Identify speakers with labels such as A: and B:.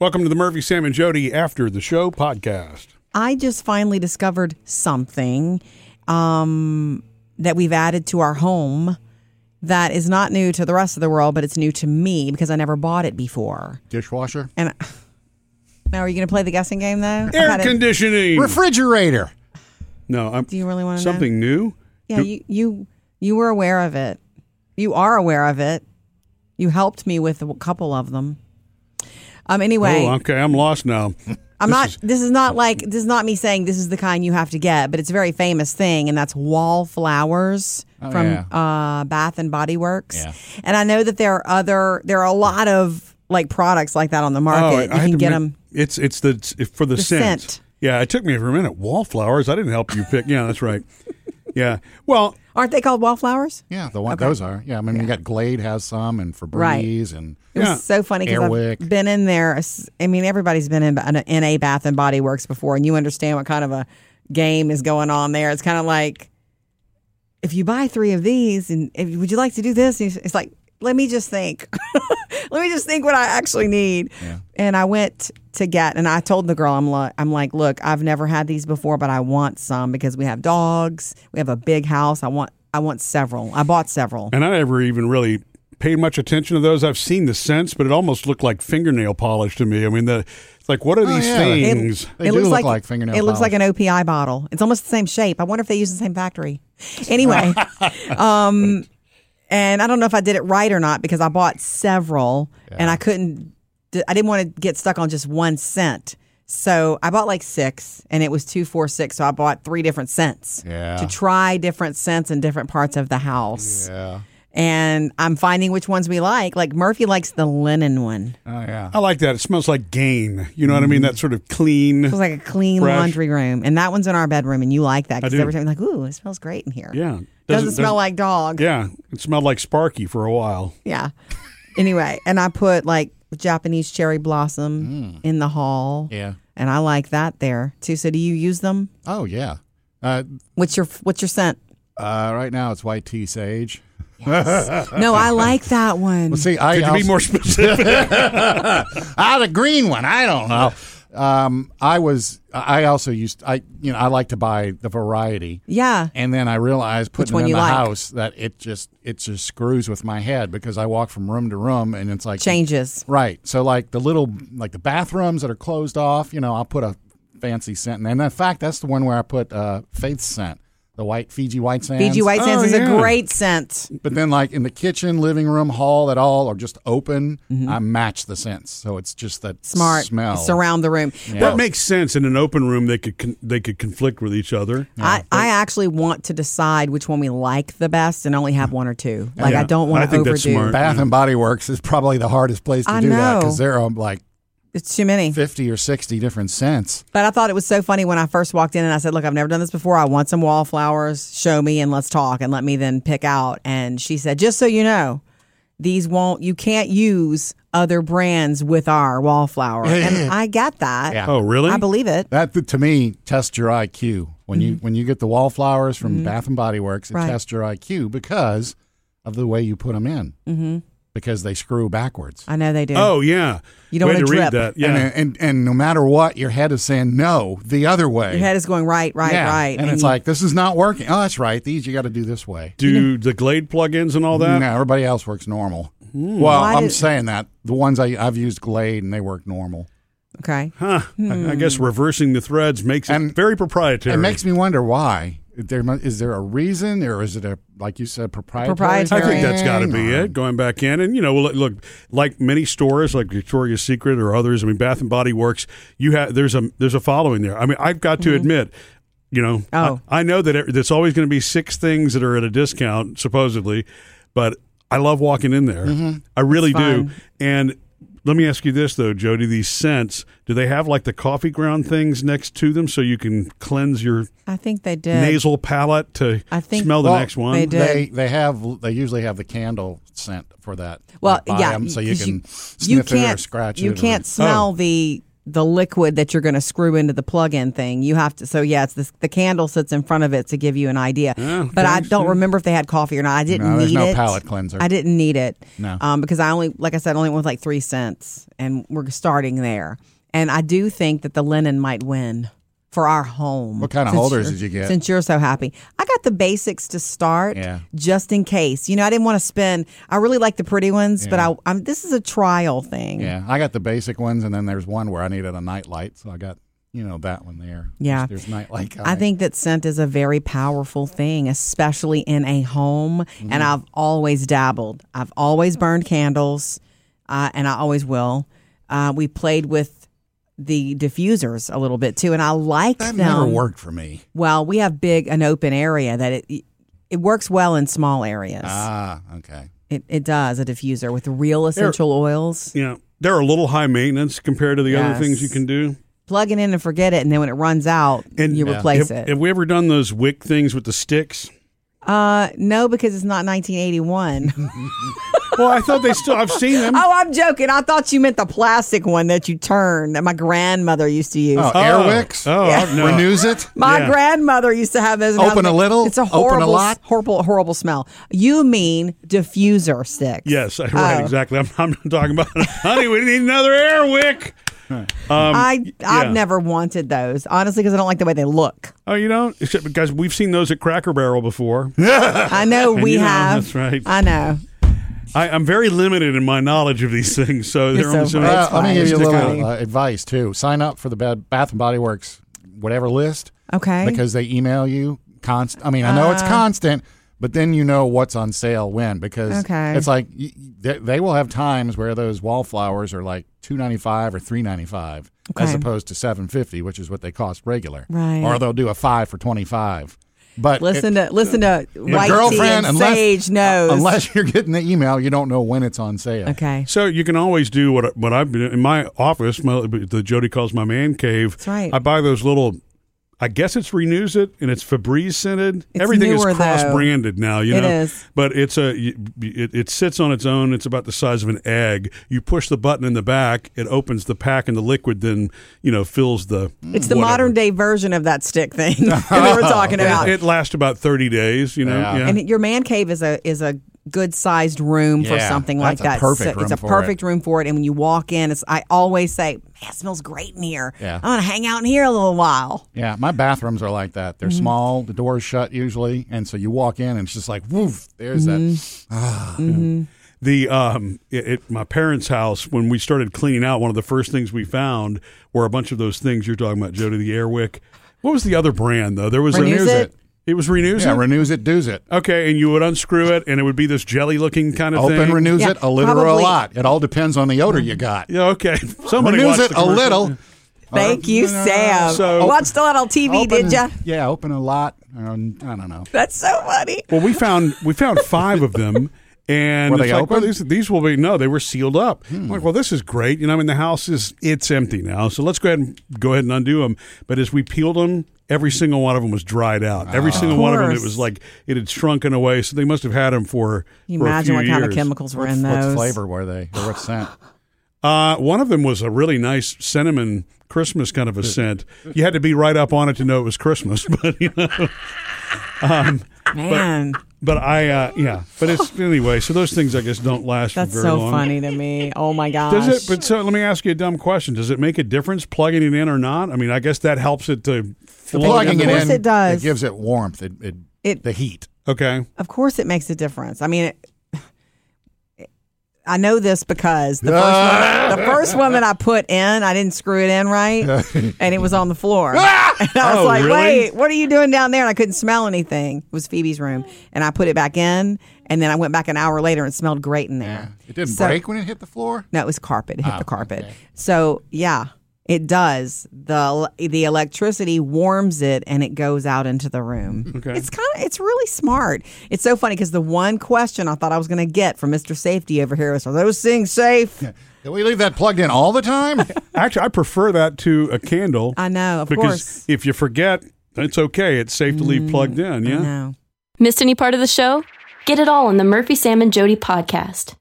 A: Welcome to the Murphy, Sam, and Jody After the Show podcast.
B: I just finally discovered something um, that we've added to our home that is not new to the rest of the world, but it's new to me because I never bought it before.
C: Dishwasher,
B: And now, are you going to play the guessing game though? I
A: Air
B: had it-
A: conditioning.
C: refrigerator.
A: no, I'm,
B: Do you really want to
A: something new.
B: Know? Yeah, you, you you were aware of it. You are aware of it. You helped me with a couple of them. Um. Anyway,
A: Oh, okay. I'm lost now.
B: I'm not. this is not like this is not me saying this is the kind you have to get, but it's a very famous thing, and that's wallflowers
C: Oh,
B: from
C: yeah.
B: uh, Bath and Body Works.
C: Yeah.
B: And I know that there are other there are a lot of like products like that on the market. you
A: Oh, had
B: can
A: to
B: get
A: mi-
B: them.
A: It's it's the it's for the,
B: The
A: scent.
B: scent.
A: Yeah, it took me for a minute. Wallflowers. I didn't help you pick. Yeah, that's right. Yeah. Well,
B: Aren't they called wallflowers?
C: Yeah, the one those are. Yeah, I mean you got Glade has some and Febreze and
B: It was
A: Yeah.
B: so funny because I've
C: Airwick.
B: been in there. I mean, everybody's been in, in a Bath and Body Works before, and you understand what kind of a game is going on there. It's kind of like if you buy three of these, and if, would you like to do this? And it's like, let me just think. let me just think what I actually need. And I went to get, and I told the girl, I'm like, I'm like, look, I've never had these before, but I want some because we have dogs, we have a big house. I want, I want several. I bought several.
A: and I never even really paid much attention to those. I've seen the scents, but it almost looked like fingernail polish to me. I mean, the it's like what are
B: Oh,
A: these
C: yeah. It-
A: things?
C: they do look like, fingernail.
B: It looks like
C: polish.
B: an OPI bottle. It's almost the same shape. I wonder if they use the same factory. Anyway, um, and I don't know if I did it right or not because I bought several and I couldn't. I didn't want to get stuck on just one scent, so I bought like six, and it was two, four, six. So I bought three different scents
C: Yeah.
B: to try different scents in different parts of the house.
C: Yeah.
B: And I'm finding which ones we like. Like Murphy likes the linen one.
C: Oh yeah.
A: I like that. It smells like gain. You know what I
B: Mm-hmm.
A: mean? That sort of clean.
B: It was like a clean
A: Fresh.
B: laundry room, and that one's in our bedroom, and you like that because
A: do.
B: every time you're like, "Ooh, it smells great in here."
A: Yeah.
B: doesn't, smell like dog. Yeah.
A: Yeah, it smelled like Sparky for a while.
B: anyway, and I put like Japanese cherry blossom in the hall.
C: Yeah.
B: and I like that there too. So, do you use them?
C: Oh yeah. Uh,
B: What's your What's your scent?
C: uh, right now it's white tea sage.
B: no, I like that one.
C: Well, see, I
A: Could you be
C: also-
A: more specific?
C: ah, the green one. I don't know. Um, I was. I also used. I you know I like to buy the variety.
B: yeah,
C: And then I realized putting
B: one
C: it in
B: you
C: the
B: like?
C: house that it just it just screws with my head because I walk from room to room and it's like
B: changes.
C: Right. So like the little like the bathrooms that are closed off, you know, I'll put a fancy scent in there. And in fact, that's the one where I put uh Faith scent, the white Fiji white sands.
B: Fiji White Sands
A: Oh,
B: is
A: yeah.
B: a great scent.
C: But then like in the kitchen, living room, hall that all are just open, I match the scents. So it's just that
B: Mm-hmm. Smart
C: smell.
B: surround the room.
A: that makes sense. In an open room, they could con- they could conflict with each other.
B: I, I actually want to decide which one we like the best and only have one or two. Like I
A: Yeah.
B: don't
A: I
B: want to
A: think
B: overdo.
A: that's smart.
C: Bath and Body Works is probably the hardest place to
B: I
C: do that
B: know.
C: because there are like
B: It's too many.
C: 50 or 60 different scents.
B: But I thought it was so funny when I first walked in and I said, Look, I've never done this before. I want some wallflowers. Show me and let's talk and let me then pick out. And she said, Just so you know, these won't, you can't use other brands with our wallflower. and I get that.
C: Yeah.
A: Oh, really?
B: I believe it.
C: That th- to me tests your IQ when you when you get the wallflowers from Bath and Body Works. It
B: Mm-hmm. Right.
C: tests your IQ because of the way you put them in. Mm-hmm. Because they screw backwards.
B: I know they do.
A: oh, yeah.
B: You don't
A: Way
B: wanna
A: to read
B: drip.
A: that. Yeah.
C: And, and and no matter what, your head is saying no the other way.
B: Your head is going right, right,
C: yeah.
B: right.
C: And, it's
B: you-
C: like this is not working. Oh, that's right. These you got to do this way.
A: Do the Glade plugins and all that?
C: No, everybody else works normal. Well,
B: Hmm. Why
C: I'm
B: did-
C: saying that the ones I, I've used Glade and they work normal.
B: Okay.
A: Huh. I, I guess reversing the threads makes it
C: And-
A: very proprietary.
C: It makes me wonder why. There mu- is there a reason, or is it a like you said proprietary?
A: I
B: Proprietary.
A: think that's got to
C: thing,
A: be
C: or-
A: it. Going back in, and you know, look, look, like many stores, like Victoria's Secret or others. I mean, Bath and Body Works. You have there's a there's a following there. I mean, I've got to admit, you know,
B: Mm-hmm. Oh.
A: I, I know that it, there's always going to be six things that are at a discount supposedly, but I love walking in there.
B: Mm-hmm.
A: I really do. And let me ask you this though, Jody. These scents, do they have like the coffee ground things next to them so you can cleanse your
B: I think they did.
A: nasal palate to
B: I think-
A: smell the
C: Well,
A: next one?
B: they do.
C: They they have they usually have the candle scent for that.
B: Well,
C: They buy
B: yeah,
C: 'em so you
B: 'cause
C: can
B: you-
C: sniff
B: you
C: it or Oh.
B: can't-
C: scratch
B: You
C: it.
B: can't smell the the liquid that you're going to screw into the plug-in thing. You have to. So yeah, it's this, the candle sits in front of it to give you an idea.
A: Yeah,
B: but I
A: thanks,
B: don't
A: yeah.
B: remember if they had coffee or not. I didn't
C: No, there's
B: need
C: no
B: it.
C: palate cleanser.
B: I didn't need it.
C: No.
B: um, because I only, like I said, I only went with like three cents, and we're starting there. And I do think that the linen might win for our home.
C: What kind of
B: Since
C: holders
B: you're-
C: did you get?
B: Since you're so happy, I got the basics to start.
C: Yeah.
B: Just in case, you know, I didn't want to spend. I really like the pretty ones, but I, I'm. This is a trial thing.
C: Yeah, I got the basic ones, and then there's one where I needed a night light, so I got you know that one there.
B: Yeah.
C: there's, there's night light.
B: I
C: coming.
B: think that scent is a very powerful thing, especially in a home.
C: Mm-hmm.
B: And I've always dabbled. I've always burned candles, uh, and I always will. Uh, we played with the diffusers a little bit too, and I like
C: that
B: them.
C: never worked for me.
B: Well, we have big an open area that it it works well in small areas.
C: Ah, okay.
B: it, it does a diffuser with real essential oils.
A: Yeah. They're a little high maintenance compared to the
B: Yes.
A: other things you can do.
B: Plug it in and forget it, and then when it runs out,
A: And
B: you
A: Yeah.
B: replace
A: have,
B: it.
A: have we ever done those wick things with the sticks?
B: uh, no, because it's not 1981.
A: Well, I thought they still. I've seen them.
B: Oh, I'm joking. I thought you meant the plastic one that you turn that my grandmother used to use.
C: Oh, Airwicks.
A: Oh,
B: Yeah.
A: no.
C: Renews it.
B: my
A: yeah.
B: grandmother used to have those. and I
C: Open
B: was
C: a
B: like,
C: little,
B: It's a
C: open a
B: horrible,
C: lot."
B: horrible, horrible smell. You mean diffuser sticks?
A: Yes, right,
B: Oh.
A: exactly. I'm, I'm not talking about Honey, we need another air wick.
C: Um,
B: I I've
A: yeah.
B: never wanted those honestly because I don't like the way they look.
A: Oh, you don't? Except because we've seen those at Cracker Barrel before.
B: I know we
A: you know,
B: have.
A: that's right.
B: I know.
A: I, I'm very limited in my knowledge of these things, so they're
B: so
A: only so
B: right.
A: much-
C: Uh, let me
B: fine.
C: give you a
B: Stick
C: little
B: out.
C: uh, advice too. Sign up for the Bad Bath and Body Works whatever list
B: Okay. Uh.
C: because they email you constant. I mean, I know it's constant, but then you know what's on sale when because
B: Okay.
C: it's like y- y- they, they will have times where those wallflowers are like two ninety five or three ninety five as
B: Okay.
C: opposed to seven fifty, which is what they cost regular.
B: Right.
C: Or they'll do a five for twenty five. But it-
B: listen to listen to
C: your uh,
B: White Tea and Sage knows.
C: unless you're getting the email, you don't know when it's on sale.
B: okay.
A: So you can always do what what I've been in my office. My, the Jody calls my man cave. That's
B: right.
A: I buy those little. I guess it's renews it and it's Febreze scented.
B: It's
A: Everything
B: newer,
A: is
B: though.
A: cross branded now. You
B: It
A: know,
B: is.
A: but it's a you- it, it sits on its own. It's about the size of an egg. You push the button in the back, it opens the pack, and the liquid then you know fills the.
B: It's the
A: whatever.
B: modern day version of that stick thing that we were talking about.
A: It lasts about thirty days. You know,
C: Yeah.
A: yeah.
B: And your man cave is a is a good sized room for
C: Yeah,
B: something like
C: that's a
B: that.
C: perfect
B: it's
C: room
B: a
C: for
B: perfect room for it. And when you walk in, it's I always say, Man, it smells great in here.
C: Yeah.
B: I'm gonna hang out in here a little while.
C: Yeah, my bathrooms are like that.
B: Mm-hmm.
C: They're small, the door's shut usually, and so you walk in and it's just like, woof, there's that.
B: Mm-hmm.
A: the um it, it, my parents' house when we started cleaning out, one of the first things we found were a bunch of those things you're talking about, Jody. The Airwick. What was the other brand though? There was
B: Renews
A: a,
B: it?
A: It was renews
C: Yeah,
A: it.
C: renews it, does it.
A: okay, and you would unscrew it, and it would be this jelly looking kind of
C: Open
A: thing.
C: renews
B: Yeah,
C: it a little or a
B: probably-
C: lot. It all depends on the odor you got.
A: yeah, okay. Somebody
C: Renews
A: watched
C: it
A: the
C: a
A: commercial.
C: little.
B: Thank you, Sam.
A: So-
B: Watched a lot on TV,
C: Open-
B: did ya?
C: Yeah, open a lot. Um, I don't know.
B: That's so funny.
A: Well, we found we found five of them. And
C: Were
A: it's
C: they
A: like, well,
C: open? Hmm.
A: these, these will be no, they were sealed up. I'm like, well, this is great. You know, I mean, the house is it's empty now, so let's go ahead and go ahead and undo them. But as we peeled them, every single one of them was dried out. Every
C: Ah.
A: single one of them, it
B: course.
A: was like it had shrunken away. So they must have had them for
B: Can you
A: for a
B: imagine
A: few
B: what kind of
A: years.
B: chemicals were in
C: What
B: those?
C: flavor were they? Or what scent?
A: Uh, one of them was a really nice cinnamon Christmas kind of a scent. You had to be right up on it to know it was Christmas, but you know.
B: Man,
A: But I, uh, yeah. But it's anyway. So those things, I guess, don't last.
B: that's
A: for very
B: so
A: long.
B: funny to me. Oh my gosh.
A: Does it? But so let me ask you a dumb question. Does it make a difference plugging it in or not? I mean, I guess that helps it to float
C: Plugging
A: in
C: it
A: the-
B: course
C: in,
B: it does.
C: gives it warmth. It, it,
B: It-
C: the heat.
A: Okay.
B: Of course, it makes a difference. I mean, it, I know this because the first, one, the first one that I put in, I didn't screw it in right, and it was on the floor. and I was
A: Oh,
B: like,
A: really?
B: "Wait, what are you doing down there?" And I couldn't smell anything. It was Phoebe's room, and I put it back in, and then I went back an hour later and it smelled great in there.
C: It didn't
B: So-
C: break when it hit the floor.
B: No, it was carpet. It hit the carpet. So yeah, it does. the The electricity warms it, and it goes out into the room.
A: Okay.
B: It's kind of it's really smart. It's so funny because the one question I thought I was going to get from Mister Safety over here was, "Are those things safe?"
C: Did we leave that plugged in all the time?
A: Actually, I prefer that to a candle.
B: I know, of
A: because
B: course.
A: if you forget, it's okay. It's safe to leave plugged in. Yeah.
B: No.
D: Missed any part of the show? Get it all on the Murphy, Sam, and Jody podcast.